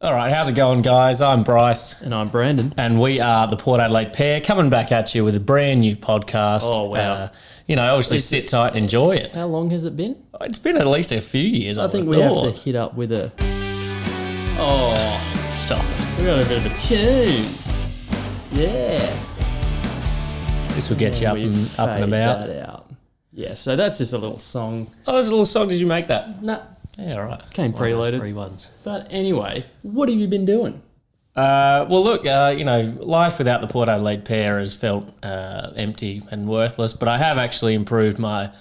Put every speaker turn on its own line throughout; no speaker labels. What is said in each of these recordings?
All right, how's it going, guys? I'm Bryce,
And I'm Brandon.
and we are the Port Adelaide Pair coming back at you with a brand new podcast. Uh,
Oh, wow.
you know, obviously, sit tight, enjoy it.
How long has it been?
It's been at least a few years. I,
Oh, I think we have to hit up with a.
Oh, stop it!
We got a bit of a tune. Yeah.
This will get you up
We've
and up and
faded
about.
that out. Yeah, so that's just a little song.
Oh, there's a little song. Did you make that?
Nah.
Yeah, all right. One
Came
of the
preloaded.
Free ones.
But anyway, what have you been doing?
Uh, well, look, uh, you know, life without the Port Adelaide pair has felt uh, empty and worthless. But I have actually improved my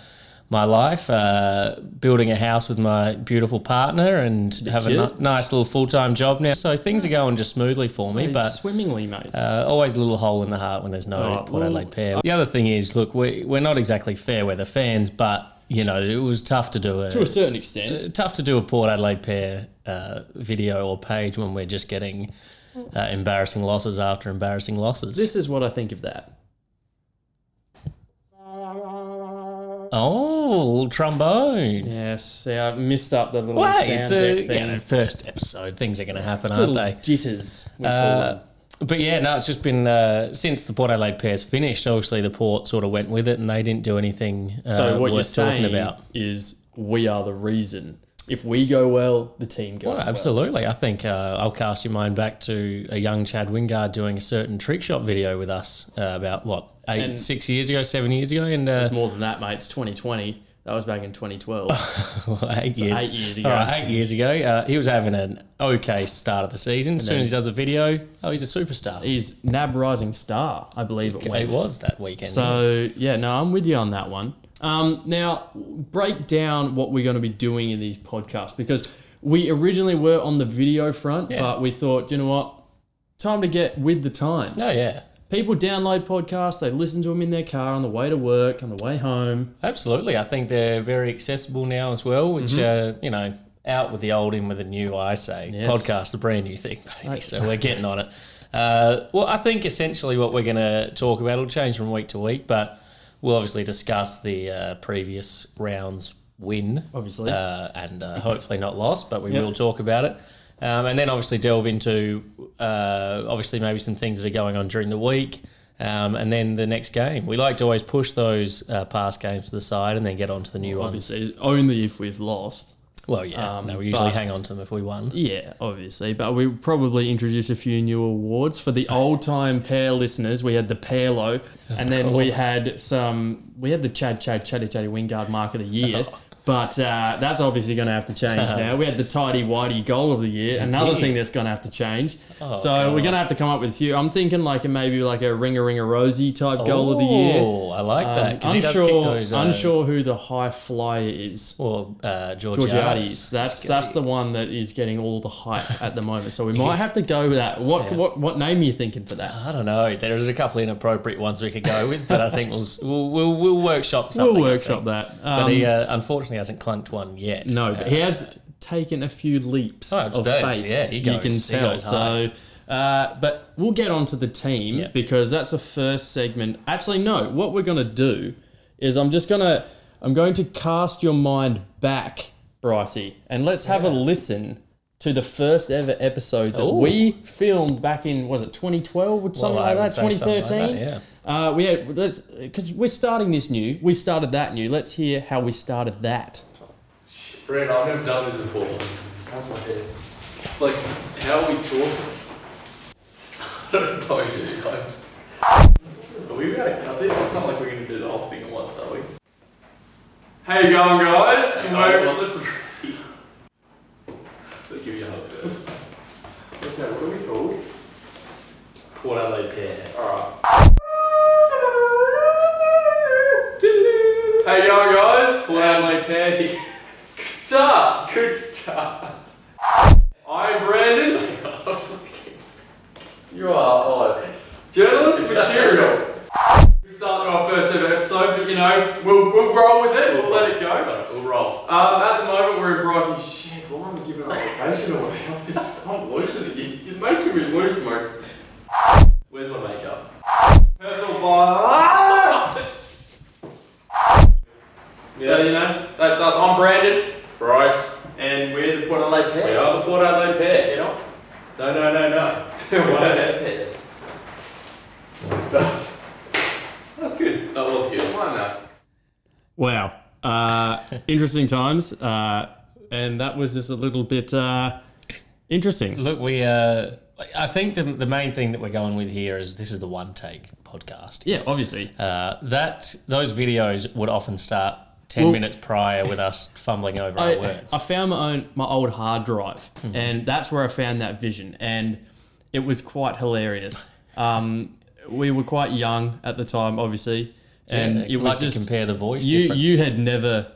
my life, uh, building a house with my beautiful partner, and have a
you?
ni- nice little full time job now. So things are going just smoothly for me. But
Swimmingly, mate.
uh, always a little hole in the heart when there's no
Right,
Port
well-
Adelaide pair. The other thing is, look, we we're not exactly fair weather fans, but you know, it was tough to do
to a certain extent.
tough to do a Port Adelaide pair uh, video or page when we're just getting uh, embarrassing losses after embarrassing losses.
This is what I think of that.
oh, little trombone.
Yes, see, I missed up the little
Wait,
sound
it's a
effect
you
thing.
know, first episode. Things are going to happen, aren't
little
they?
jitters. We call
Uh,
them.
but yeah, no, it's just been uh, since the Port Adelaide pair's finished. Obviously, the Port sort of went with it, and they didn't do anything. Uh,
So what
worth
you're
talking
saying
about?
is we are the reason. If we go well, the team goes
Oh,
well.
absolutely. I think uh, I'll cast your mind back to a young Chad Wingard doing a certain trick shot video with us uh, about what eight,
And-
six years ago, seven years ago, and uh,
It's more than that, mate. It's 2020. That was back in 2012.
well, eight years.
eight years
All
ago.
right, eight years ago, uh, he was having an okay start of the season. As soon as he does a video, oh, he's a superstar.
He's NAB Rising Star, I believe it
It
went.
was that weekend. yes.
So yeah, no, I'm with you on that one. Um, now break down what we're going to be doing in these podcasts because we originally were on the video front, but we thought, you know what, time to get with the times.
oh yeah,
People download podcasts, they listen to them in their car on the way to work, on the way home.
absolutely. I think they're very accessible now as well, which uh, you know. Out with the old, in with the new. I say
Mm-hmm. Yes.
podcast, the brand new thing, baby. So we're getting on it. Uh, well, I think essentially what we're going to talk about will change from week to week, but we'll obviously discuss the uh, previous rounds win,
Obviously.
uh, and uh, hopefully not lost, but we will talk about it. Um, and then obviously delve into uh, obviously maybe some things that are going on during the week, um, and then the next game. We like to always push those uh, past games to the side and then get on to the new ones.
Obviously, only if we've lost.
Well, yeah,
Um,
no, we usually
but-
hang on to them if we won.
Yeah, obviously, but we probably introduce a few new awards for the old time pair listeners. We had the Pairlo, and then we
course.
had some. We had the Chad Chad Chatty Chatty Wingard Mark of the Year, but uh, that's obviously going to have to change now. We had the Tidy Whitey Goal of the Year, another
did. Oh,
thing that's going to have to change. so
God.
we're going to have to come up with a few. I'm thinking like a maybe like a Ring a Ring a Rosie type Goal of the Year. Um,
Oh, I like that. 'cause he does kick
unsure,
those, uh,
unsure who the high flyer is.
Or uh, Georgiades.
Georgiades. That's that's the one that is getting all the hype at the moment. So we might have to go with that. What what what name are you thinking for that?
I don't know. There's a couple inappropriate ones we could go with, but I think we'll s- we'll, we'll, we'll workshop something.
We'll
I
workshop
think.
that.
But
Um,
he uh, unfortunately hasn't clunked one yet. Uh,
no, but he has taken a few leaps
Oh,
of
that's-
faith.
yeah, he
you
goes-
can
he
tell.
goes
so. Uh, but we'll get on to the team because that's the first segment. Actually, no. What we're gonna do is I'm just gonna I'm going to cast your mind back, Brycey, and let's have a listen to the first ever episode that
Ooh.
we filmed back in was it 2012 or something
Well, I would
like that,
say something like that,
2013.
yeah.
Uh, we had let's because we're starting this new. We started that new. Let's hear how we started that.
Brad, I've never done this before. How's my hair? Like, how we talk? I don't know, dude. I'm s- Are we going to cut this? It's not like we're going to do the whole thing at once, are we?
How you going, guys?
I
Welcome-
wasn't ready. They'll give you a hug first. Okay, what are we called? Port Adelaide Pair. Alright.
How you going, guys?
Port Adelaide Pair.
Good start.
Good start.
I'm Brandon,
you are odd.
journalist material. We started our first ever episode, but you know, we'll, we'll roll with it. We'll let it go.
We'll roll.
Um, at the moment, we're in Bryce's shed.
Why am I giving up location away? I'm just, I'm losing it. You- You're making me lose my. Where's my makeup?
Personal bar. So you know, that's us. I'm Brandon,
Bryce,
and we're the Port Adelaide
we
pair.
are the Port Adelaide pair.
You know,
No, no, no, no.
One of their pairs.
Stuff.
That's good.
That was good.
Why not?
Wow. Uh, interesting times. Uh, and that was just a little bit uh, interesting.
Look, we. Uh, I think the, the main thing that we're going with here is this is the one take podcast.
Yeah, obviously.
Uh, that those videos would often start ten
Well-
minutes prior with us fumbling over our
I,
words.
I found my own my old hard drive, and that's where I found that vision, and it was quite hilarious. Um, we were quite young at the time, obviously, and
Yeah,
it
like
was
to
just
compare the voice
You
difference.
you had never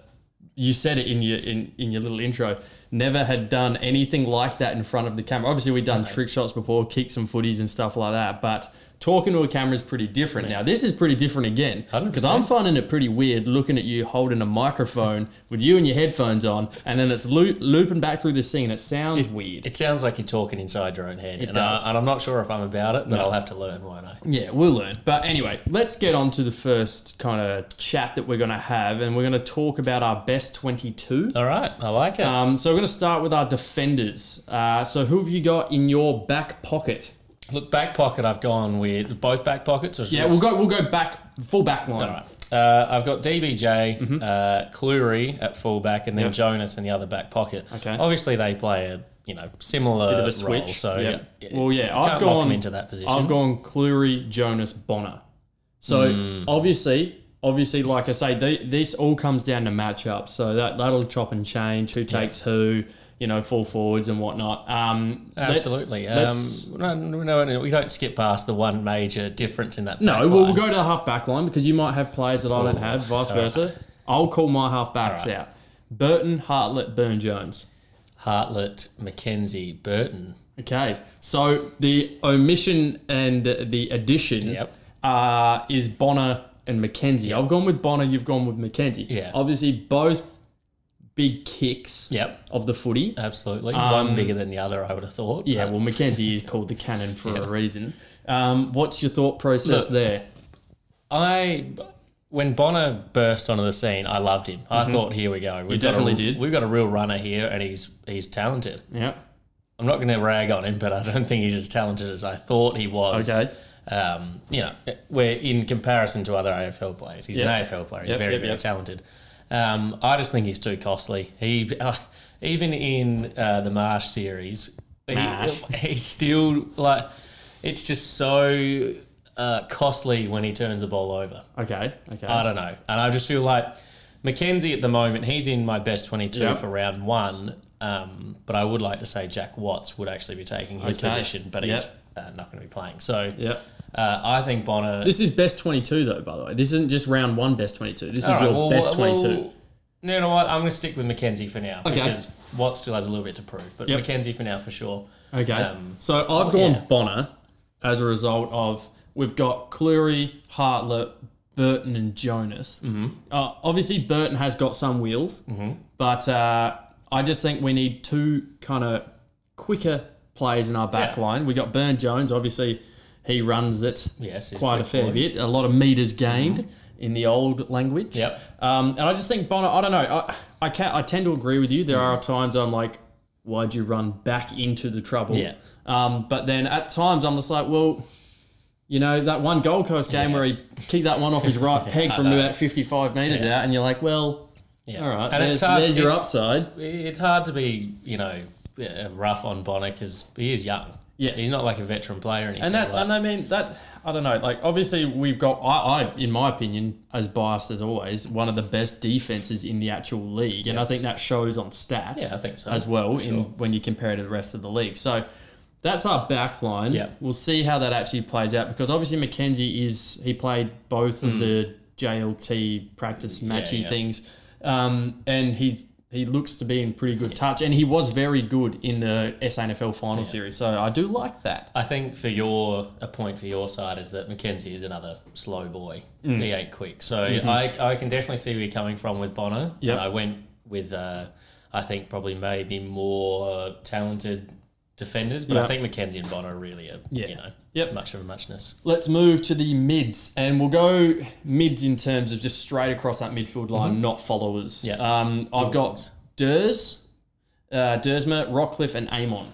you said it in your in, in your little intro. Never had done anything like that in front of the camera. Obviously, we'd done trick shots before, kicked some footies and stuff like that, but. Talking to a camera is pretty different now. This is pretty different again
100%.
because I'm finding it pretty weird looking at you holding a microphone with you and your headphones on, and then it's loo- looping back through this thing, and it sounds weird.
it sounds like you're talking inside your own head, and,
does.
I, and I'm not sure if I'm about it, but I'll have to learn, won't I?
Yeah, we'll learn. But anyway, let's get on to the first kind of chat that we're going to have, and we're going to talk about our best 22.
All right, I like it.
Um, so we're going to start with our defenders. Uh, so who have you got in your back pocket?
Look, back pocket. I've gone with both back pockets. or
Yeah,
just-
we'll go. We'll go back full back line.
All right. Uh, I've got DBJ,
Mm-hmm.
uh, Cleary at fullback, and then
Yep.
Jonas in the other back pocket.
Okay.
Obviously, they play a you know similar
Bit of
role,
a switch.
so
Yeah.
yeah,
Well, yeah,
can't
I've
lock
gone
them into that position.
I've gone Cleary, Jonas, Bonner. So
Hmm.
obviously, obviously, like I say, the, this all comes down to matchups. So that that'll chop and change who takes who, you know, full forwards and whatnot. Um, let's-
Absolutely.
let's-
um, no, no, no, no, we don't skip past the one major difference in that.
no,
back
well, we'll
line.
go to the half back line because you might have players that I don't have, vice versa. I'll call my half backs out: Burton, Hartlett, Burn Jones.
Hartlett, McKenzie, Burton.
Okay, so the omission and the addition
Yep.
uh, is Bonner and McKenzie. I've gone with Bonner, you've gone with McKenzie.
Yeah.
Obviously, both big kicks
Yep.
of the footy.
Uh, Absolutely.
Um,
one bigger than the other, I would have thought.
yeah,
but-
well, McKenzie is called the cannon for a reason. Um, what's your thought
Look,
process there?
I when Bonner burst onto the scene, I loved him. I thought, here we go. We've got
Mm-hmm. definitely
a,
did.
We've got a real runner here, and he's he's talented.
Yeah.
I'm not going to rag on him, but I don't think he's as talented as I thought he was.
Okay.
Um, you know, we're in comparison to other AFL players. He's
Yep.
an AFL player. He's
Yep,
very,
yep,
very
yep.
talented. Um, I just think he's too costly. He even in uh, the Marsh series, he,
Marsh.
he's still like it's just so uh, costly when he turns the ball over.
Okay. Okay.
I don't know. And I just feel like Mackenzie at the moment, he's in my best 22
Yeah.
for round one. Um, but I would like to say Jack Watts would actually be taking his
Okay.
position, but he's
Yep.
uh, not going to be playing. So
Yeah.
uh, I think Bonner.
This is best 22, though, by the way. This isn't just round one best 22. This is
All right,
your
well,
best
well,
22.
no, you know what? I'm going to stick with Mackenzie for now
Okay.
because Watts still has a little bit to prove. But
Yep.
Mackenzie for now for sure.
Okay.
Um,
so I've gone
yeah.
Bonner as a result of we've got Cleary, Hartlett, Burton, and Jonas. Mm-hmm. Uh, obviously, Burton has got some wheels,
Mm-hmm.
but uh, I just think we need two kind of quicker players in our back
Yeah.
line. We got Burn Jones, obviously, he runs it
Yes, he's
quite a
quick
fair
forward.
bit, a lot of meters gained. In the old language,
Yep.
Um, and I just think Bonner. I don't know. I I, can, I tend to agree with you. There
Mm.
are times I'm like, why'd you run back into the trouble?
Yeah.
Um, but then at times I'm just like, well, you know, that one Gold Coast game where he kicked that one off his right peg from about 55 metres out, and you're like, well,
Yeah.
all right,
And
there's,
it's hard-
there's your
it-
upside.
It's hard to be, you know, uh, rough on Bonner because he is young.
Yes.
He's not like a veteran player or anything.
And that's,
like-
and I mean, that, I don't know, like, obviously we've got, I, I, in my opinion, as biased as always, one of the best defenses in the actual league. And I think that shows on stats
Yeah, I think so.
as well in, when you compare it to the rest of the league. So that's our back line.
Yeah.
We'll see how that actually plays out because obviously McKenzie is, he played both of the JLT practice matchy
Hmm. yeah.
things. Um, and he, he looks to be in pretty good touch, and he was very good in the SANFL final series. So I do like that.
I think for your a point for your side is that Mackenzie is another slow boy. He ain't quick, so I, I can definitely see where you're coming from with Bonner.
Yep.
And I went with uh, I think probably maybe more talented defenders, but
Yeah.
I think Mackenzie and Bonner really are
Yeah.
you know
Yep.
much of a muchness.
Let's move to the mids, and we'll go mids in terms of just straight across that midfield line, not followers.
Yeah.
Um, I've got
ones.
Durs, uh, Dursma, Rockcliffe, and Amon.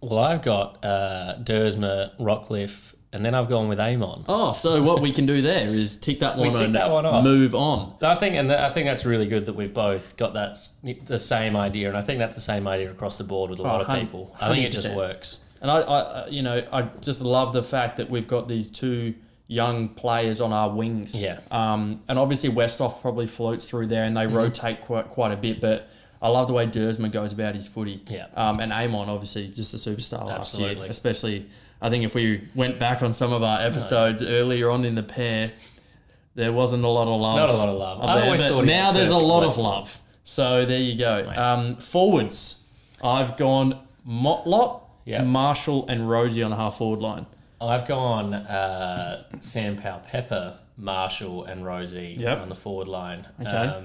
Well, I've got uh, Dersma, Rockcliffe, and then I've gone with Amon.
Oh, so what we can do there is tick that one,
tick
and
that one off.
move on.
Oh, I think, and I think that's really good that we've both got that s- the same idea, and I think that's the same idea across the board with Oh, a lot of
hun-
people. I think it just
100%.
works.
And I, I, you know, I just love the fact that we've got these two young players on our wings.
Yeah. Mm-hmm.
Um, and obviously Westhoff probably floats through there, and they rotate quite quite a bit. But I love the way Dersma goes about his footy.
Yeah.
Um, and Amon obviously just a superstar last year,
Absolutely.
especially. I think if we went back on some of our episodes earlier on in the pair, there wasn't a lot of love.
Not a lot of love.
up
I
there,
always
but
thought he
now
had
there's a
perfect
lot
left
of
foot.
love. So there you go. Um, forwards, I've gone Motlop,
Yeah.
Marshall, and Rosie on the half forward line.
I've gone uh, Sam Powell Pepper, Marshall, and Rosie
Yep.
on the forward line. Um,
Okay.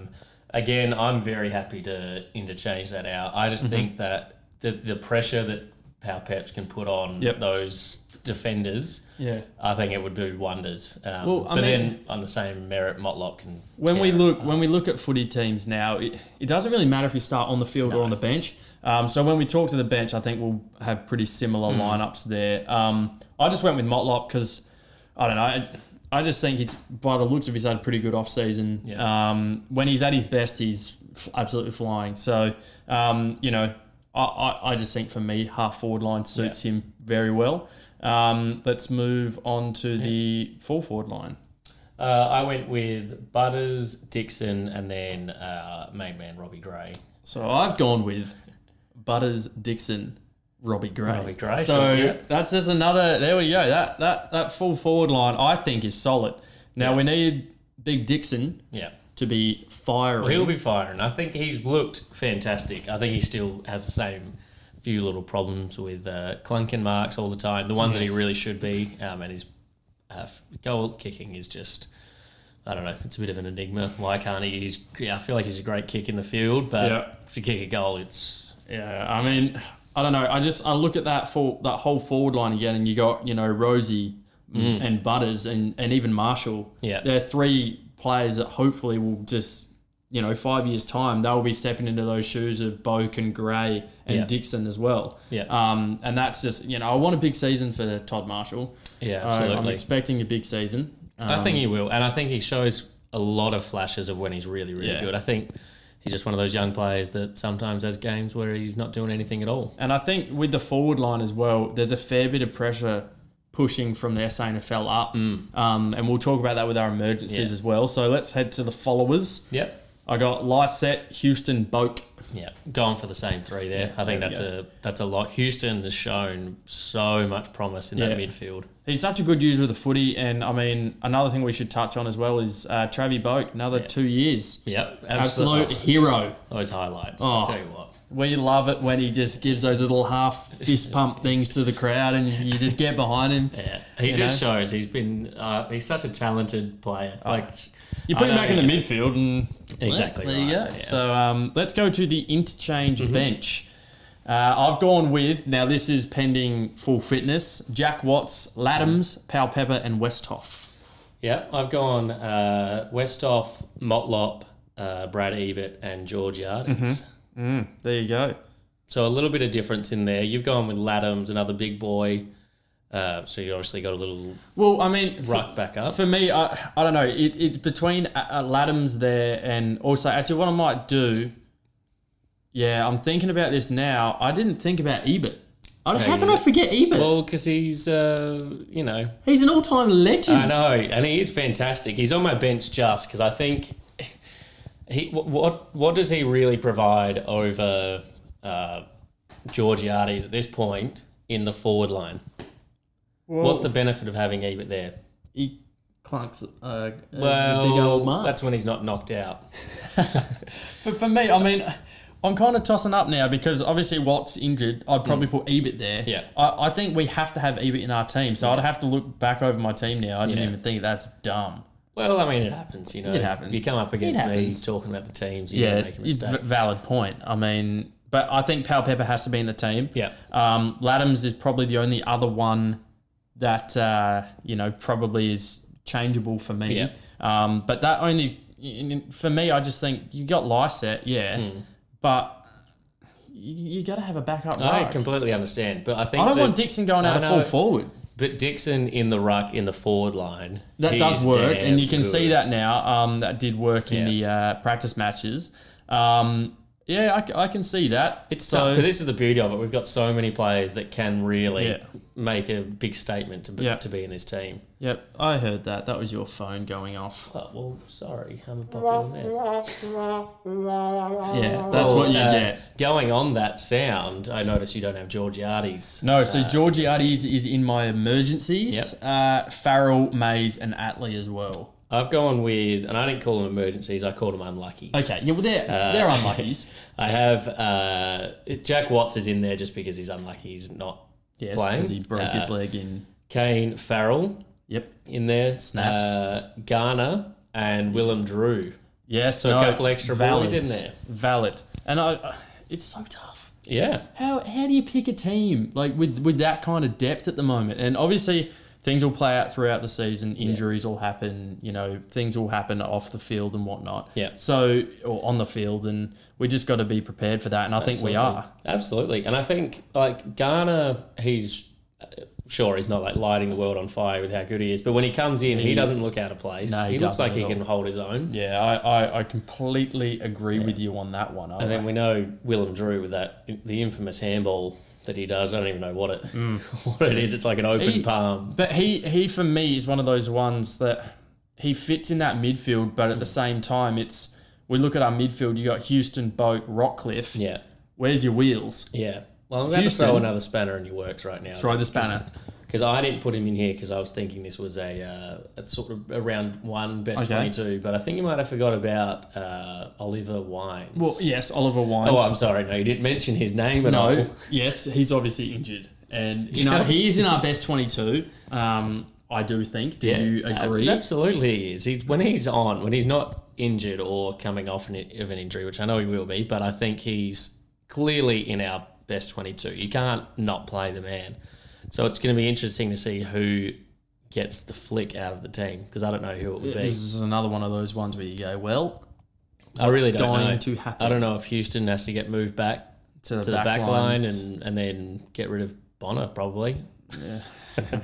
again, I'm very happy to interchange that out. I
Mm-hmm.
just think that the, the pressure that Powell Peps can put on
Yep.
those defenders,
Yeah.
I think it would do wonders. Um,
Well, I
but
mean-
then on the same merit, Motlop can.
When we
tear
look when we look at footy teams now, it, it doesn't really matter if you start on the field or on the bench. Um, so when we talk to the bench, I think we'll have pretty similar lineups there. Um, I just went with Motlop because I don't know. I, I just think he's by the looks of he's had a pretty good off season.
Yeah.
Um, when he's at his best, he's f- absolutely flying. So um, you know, I, I, I just think for me, half forward line suits him very well. Um, let's move on to the full forward line.
Uh, I went with Butters, Dixon, and then uh, main man Robbie Gray.
So I've gone with Butters, Dixon, Robbie Gray.
Robbie Gray,
So
yeah.
that's just another. There we go. That that that full forward line I think is solid. Now we need Big Dixon
Yeah.
to be firing.
Well, he'll be firing. I think he's looked fantastic. I think he still has the same few little problems with uh, clunking marks all the time, the ones that
Yes.
he really should be. Um, and his uh, f- goal kicking is just, I don't know, it's a bit of an enigma. Why can't he? He's, yeah, I feel like he's a great kick in the field, but
Yeah.
to kick a goal, it's.
yeah, I mean, I don't know. I just I look at that for that whole forward line again, and you got you know Rosie and Butters and and even Marshall.
Mm. Yeah.
they're three players that hopefully will just you know five years time they'll be stepping into those shoes of Boak and Gray and
Yeah.
Dixon as well.
Yeah.
um, and that's just you know I want a big season for Todd Marshall.
Yeah,
I- I'm um,
absolutely.
expecting a big season.
I think he will, and I think he shows a lot of flashes of when he's really, really
Yeah.
good. I think he's just one of those young players that sometimes has games where he's not doing anything at all.
And I think with the forward line as well, there's a fair bit of pressure pushing from the SANFL up. Um, and we'll talk about that with our emergencies
Yeah.
as well. So let's head to the followers.
Yep.
I got Lyset, Houston, Boak.
Yeah, going for the same three there. I think
there we
that's
go.
a that's a lot. Houston has shown so much promise in that
Yeah.
midfield.
He's such a good user of the footy. And I mean, another thing we should touch on as well is uh, Travie Boak, another two years.
Yep, absolutely.
Absolute hero.
Those highlights.
Oh.
I'll tell you what.
We love it when he just gives those little half fist pump things to the crowd and you just get behind him.
Yeah, he
You
just shows he's been uh, he's such a talented player. Like
Oh. You put
I
him
know
back in the
he-
midfield and
Exactly
there you go.
right, yeah.
So um, let's go to the interchange bench. Uh, I've gone with now. This is pending full fitness. Jack Watts, Laddams, Powell Pepper, and Westhoff.
Yeah, I've gone uh, Westhoff, Motlop, uh, Brad Ebert, and George Yardens.
Mm-hmm. There you go.
So a little bit of difference in there. You've gone with Laddams, another big boy. Uh, so you obviously got a little
Well, I mean, for-
ruck back up.
For me, I, I don't know. It, it's between uh, uh, Laddams there and also actually what I might do. Yeah, I'm thinking about this now. I didn't think about Ebert. I, how can I
Ebert.
forget Ebert?
Well, because he's, uh, you know,
He's an all-time legend.
I know, and he is fantastic. He's on my bench just because I think he wh- what what does he really provide over uh, Georgiades at this point in the forward line? What's the benefit of having Ebert there?
he clunks uh, uh, the
Well,
big old mark.
that's when he's not knocked out.
But for me, I mean, I'm kind of tossing up now because obviously Watt's injured. I'd probably put Ebert there.
Yeah.
I, I think we have to have Ebert in our team, so I'd have to look back over my team now. I didn't
Yeah.
even think that's dumb.
Well, I mean, it happens, you know.
It happens.
You come up against me
happens.
talking about the teams, you
Yeah,
yeah, make a
it's a
mistake.
v- valid point. I mean, but I think Pal Pepper has to be in the team.
Yeah.
Um, Laddams is probably the only other one that uh, you know probably is changeable for me.
Yeah.
Um, but that
Hmm.
only for me, I just think you got Lyset, yeah, but you, you got to have a backup
I
ruck.
completely understand, but I think
I don't
that-
want Dixon going out
I
of full
know.
forward.
But Dixon in the ruck in the forward line
That
he's
does work,
damn
and you can
good.
see that now. Um, that did work in the uh, practice matches. Um, yeah, I c- I, can see that.
It's tough, but this is the beauty of it. We've got so many players that can really
Yeah.
make a big statement to be,
Yeah.
to be in this team.
Yep, I heard that. That was your phone going off.
But, well, sorry, I'm a popular man.
Oh, Yeah, that's what you
Uh,
get.
Going on that sound, I notice you don't have Georgiades.
No, so Georgiades is in my emergencies.
Yep.
Uh, Farrell, Mays, and Atley as well.
I've gone with, and I didn't call them emergencies. I called them unlucky.
Okay, yeah, well they're they're unluckies.
I have uh, Jack Watts is in there just because he's unlucky. He's not
Yes,
playing.
because he broke his
Uh,
leg in.
Kane Farrell
Yep.
in there.
Snaps.
Uh, Garner and Willem Drew.
Yes.
so a couple extra
valid,
balls in there.
Valid, and I, I- it's so tough.
Yeah.
How how do you pick a team like with with that kind of depth at the moment? And obviously things will play out throughout the season. Injuries will happen. You know things will happen off the field and whatnot.
Yeah.
So or on the field, and we just got to be prepared for that. And I think we
Absolutely.
are.
Absolutely. And I think, like, Garner, he's uh, sure he's not like lighting the world on fire with how good he is, but when he comes in, he, doesn't look out of place.
No, he
he looks
doesn't
like he
at
can hold his own.
Yeah, I, I, I completely agree with you on that one.
And then we know Willem Drew with that, the infamous handball that he does. I don't even know what it, what it is. It's like an open
Mm. He-
palm.
But he he for me is one of those ones that he fits in that midfield, but at the same time, it's we look at our midfield. You got Houston, Boak, Rockcliffe.
Yeah.
Where's your wheels?
Yeah. Well, I'm going to
Houston.
throw another spanner in your works right now.
Throw the spanner.
Because I didn't put him in here because I was thinking this was a, uh, a sort of around one best
Okay.
22, but I think you might have forgot about uh, Oliver Wines.
Well, yes, Oliver Wines.
Oh, I'm sorry. No, you didn't mention his name at all.
no, yes, he's obviously injured, and you know he is in our best twenty-two. Um, I do think. Do you
Uh,
agree?
absolutely, he is. He's when he's on, when he's not injured or coming off an, of an injury, which I know he will be, but I think he's clearly in our best 22. You can't not play the man. So it's going to be interesting to see who gets the flick out of the team because I don't know who it would be.
this is another one of those ones where you go, well,
I really don't
going
know.
to happen?
I don't know if Houston has to get moved back
to the,
to the back, line and, and then get rid of Bonner probably.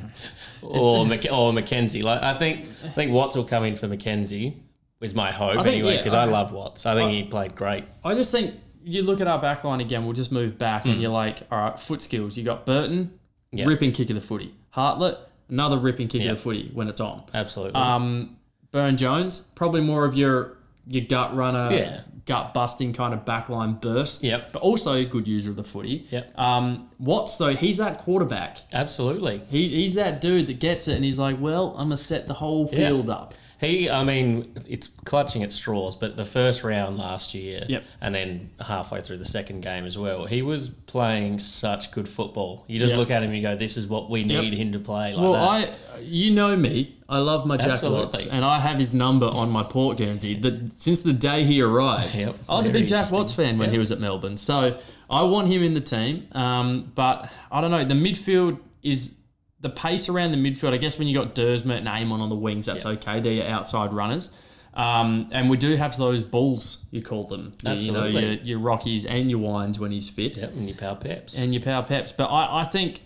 or Mc, or Mackenzie. Like I think I think Watts will come in for Mackenzie is my hope
think,
anyway
yeah, Uh,
because
I-
I, love Watts. I think he played great.
I just think you look at our back line again, we'll just move back and you're like, all right, foot skills. You got Burton,
Hmm. Yeah.
ripping kick of the footy. Hartlett, another ripping kick
Yeah.
of the footy when it's on.
Absolutely.
Um, Burn Jones, probably more of your your gut runner,
Yeah.
gut busting kind of backline burst.
Yep.
But also a good user of the footy.
Yep.
Um, Watts though, he's that quarterback.
Absolutely.
He, he's that dude that gets it and he's like, well, I'm gonna set the whole
Yeah.
field up.
He, I mean, it's clutching at straws, but the first round last year,
Yep.
and then halfway through the second game as well, he was playing such good football. You just
Yep.
look at him and you go, "This is what we need him to play." Like
Well,
that.
I, you know me. I love my Jack Watts,
Absolutely.
and I have his number on my port Guernsey. The, since the day he arrived,
Yep,
I was a
very
big Jack
interesting.
Watts fan when he was at Melbourne. So I want him in the team. Um, but I don't know. The midfield is the pace around the midfield. I guess when you got Dersmer and Amon on the wings, that's okay. They're your outside runners. Um, and we do have those bulls, you call them. You- You know,
Absolutely.
your, your Rockies and your Wines when he's fit,
Yep, and you power peps.
and your Power Peps. But I, I think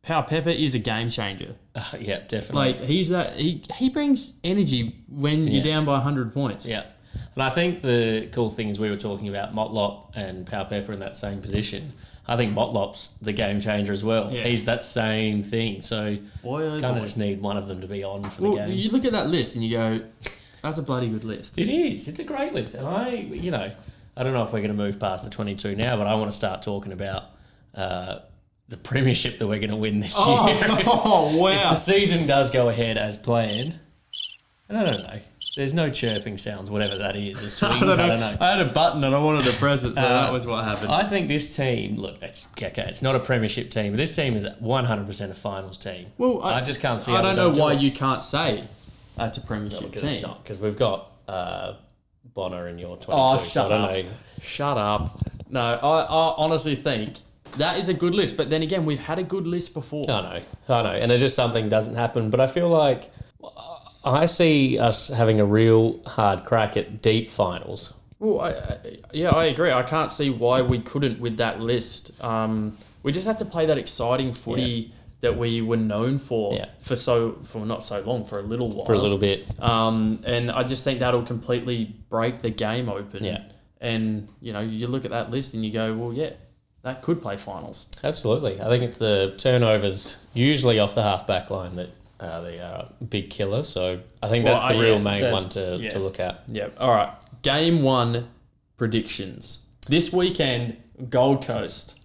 Power Pepper is a game changer.
yeah, definitely.
Like he's that he he brings energy when you're down by 100 points.
Yeah. And I think the cool thing is we were talking about Motlop and Power Pepper in that same position. I think Motlop's the game changer as well.
Yeah.
He's that same thing. So
Boy, oh
kind
boy.
of just need one of them to be on for the
Well,
game.
you look at that list and you go, that's a bloody good list.
It is. It's a great list. And I, you know, I don't know if we're going to move past the 22 now, but I want to start talking about uh, the premiership that we're going to win this
Oh,
year.
wow.
the season does go ahead as planned. And I don't know. There's no chirping sounds, whatever that is. A swing, I don't know. Uh,
I had a button and I wanted to press it, so that was what happened.
I think this team, look, it's okay. It's not a premiership team, but this team is 100% a finals team.
well,
I, just can't see.
I
how
don't
they
know
do
why
it.
you can't say that's a premiership
because it's
team.
not because we've got uh, Bonner and your 22.
Oh,
so I
shut
don't
up.
know.
Shut up. No, I, I honestly think that is a good list, but then again, we've had a good list before.
I know, I know, and it's just something doesn't happen. But I feel like I see us having a real hard crack at deep finals,
Well, I, I, yeah, I agree. I can't see why we couldn't with that list. Um, we just have to play that exciting footy that we were known for
Yeah.
for so for not so long for a little while.
for a little bit.
Um, and I just think that'll completely break the game open.
Yeah.
And you know, you look at that list and you go, well, yeah, that could play finals.
Absolutely. I think it's the turnovers, usually off the halfback line, that uh, they are a big killer. So I think
Well,
that's the
I-
real
yeah,
main
that-
one to,
yeah.
to look at.
Yeah. All right. Game one predictions this weekend. Gold Coast.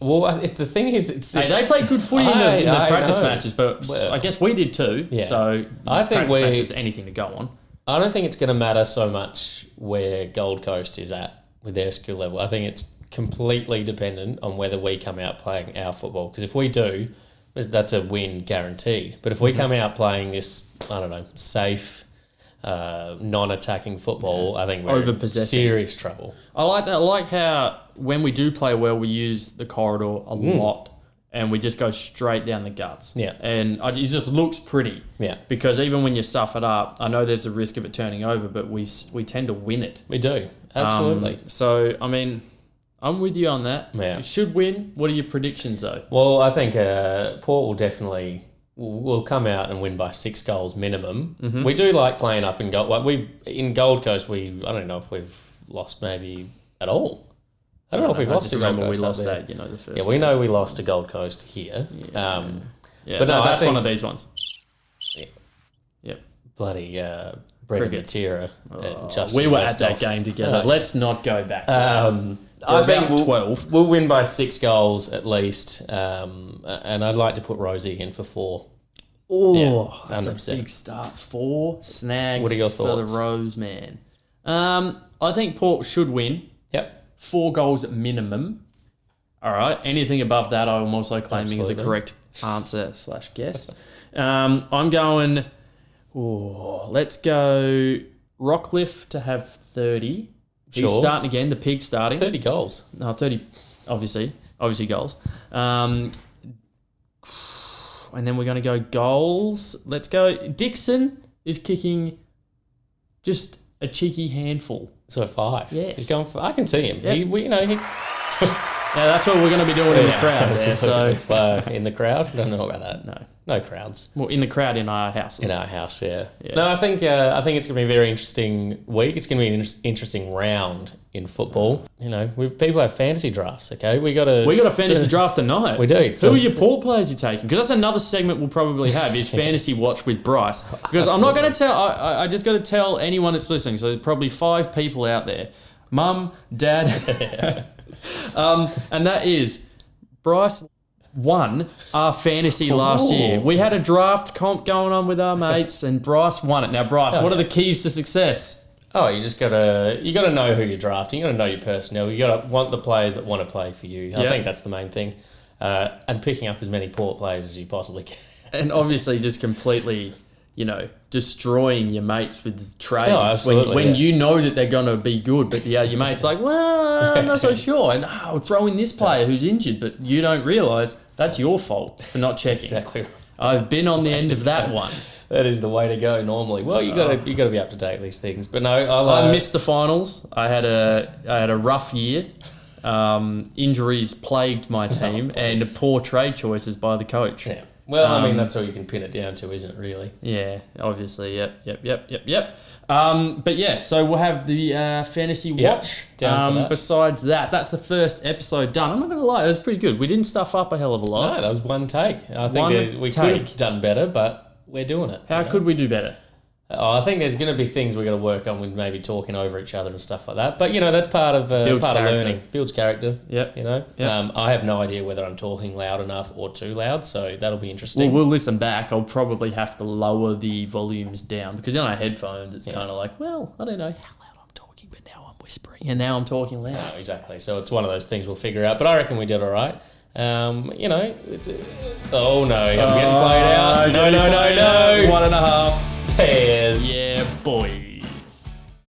Well, I- if the thing is, it's.
Hey, they played good footy in the, in the
I- I
practice
know.
matches, but
Well-
I guess we did too.
Yeah.
So
I think
practice
we-
matches anything to go on.
I don't think it's going to matter so much where Gold Coast is at with their skill level. I think it's completely dependent on whether we come out playing our football. Because if we do, that's a win guaranteed. But if
Mm-hmm.
we come out playing this, I don't know, safe, uh, non-attacking football, I think we're in
Overpossessing.
serious trouble.
I like that. I like how when we do play well, we use the corridor a lot, and we just go straight down the guts.
Yeah.
and I, it just looks pretty.
Yeah.
because even when you stuff it up, I know there's a risk of it turning over, but we s- we tend to win it.
We do
Um,
absolutely.
so I mean, I'm with you on that.
Yeah.
We should win. What are your predictions though?
Well, I think uh, Port will definitely will will come out and win by six goals minimum.
Mm-hmm.
We do like playing up in gold. Like we in Gold Coast, we I don't know if we've lost maybe at all. I don't know if we've
I
lost.
just
to Gold
remember we
Coast up
lost
there.
that. You know the first.
Yeah, we know we lost to Gold Coast here. Um,
Yeah,
but
that-
no, I
that's
think-
one of these ones.
Yeah.
Yep.
bloody uh, Brendan
Crickets. Oh,
Matera and Justin
we were at
Westhoff.
that game together.
Uh,
Let's not go back. to that.
Um, I
about
think we'll,
12.
we'll win by six goals at least. Um, a- and I'd like to put Rosie in for four.
Oh,
Yeah,
that's
100%.
a big start. Four snags
What are your
for
thoughts?
the Rose man. Um, I think Port should win.
Yep.
Four goals at minimum. All right. Anything above that, I am also claiming is
Absolutely.
a correct answer slash guess. Um, I'm going. Oh, let's go. Rockcliffe to have thirty. He's
Sure.
starting again. The pig starting.
Thirty goals.
No, 30, obviously. Obviously, goals. Um, and then we're going to go goals. Let's go. Dixon is kicking just a cheeky handful.
So five.
Yes.
He's going for, I can see him.
Yeah.
He, we, you know, he,
Yeah, that's what we're going to be doing in the crowd. there, so,
Well, in the crowd, I don't know about that.
no.
No crowds
Well, in the crowd in our houses.
in our house. Yeah.
Yeah.
No, I think uh, I think it's going to be a very interesting week. It's going to be an inter- interesting round in football. You know, we've people have fantasy drafts. Okay, we got to
We got a fantasy draft tonight.
We do.
Who
So-
are your poor players you're taking? Because that's another segment we'll probably have is fantasy watch with Bryce. Because I'm not going to tell. I, I- I just got to tell anyone that's listening. So probably five people out there, mum, dad, um, and that is Bryce. Won our fantasy last
Ooh.
year. We had a draft comp going on with our mates, and Bryce won it. Now, Bryce, what are the keys to success?
Oh, you just gotta you gotta know who you're drafting. You gotta know your personnel. You gotta want the players that want to play for you. I
Yeah.
think that's the main thing. Uh, and picking up as many port players as you possibly can.
And obviously, just completely, you know, destroying your mates with trades
No,
when,
absolutely,
when
yeah.
you know that they're going to be good, but yeah, your mate's like, well, I'm not so sure. And oh, we'll throw in this player who's injured, but you don't realise that's your fault for not checking.
Exactly. right.
I've been on the end of that one.
That is the way to go normally. Well, you gotta you gotta be up to date with these things. But no, I, like,
I missed the finals. I had a I had a rough year. Um, injuries plagued my team, and poor trade choices by the coach.
Oh, Yeah. Well, I mean,
Um,
that's all you can pin it down to, isn't it, really?
Yeah, obviously. Yep, yep, yep, yep, yep. Um, but yeah, so we'll have the uh, fantasy
Yeah,
watch.
down for
um,
that.
Besides that, that's the first episode done. I'm not going to lie, it was pretty good. We didn't stuff up a hell of a lot.
No, that was one take. I think
One
there's- we could have
take.
done better, but we're doing it.
How
you know?
could we do better?
Oh, I think there's going to be things we're going to work on with maybe talking over each other and stuff like that. But, you know, that's part of uh,
Builds
part
character.
of learning. Builds character.
Yep.
You know,
Yep.
um, I have no idea whether I'm talking loud enough or too loud, so that'll be
Well,
interesting.
we'll listen back. I'll probably have to lower the volumes down because in our headphones, it's kind of like, well, I don't know how loud I'm talking, but now I'm whispering and now I'm talking loud.
No, exactly. So it's one of those things we'll figure out. But I reckon we did all right. Um, you know, it's. oh, no.
Uh,
I'm getting played out. No, no, no, no.
One and a half.
Pairs.
Yeah, boy.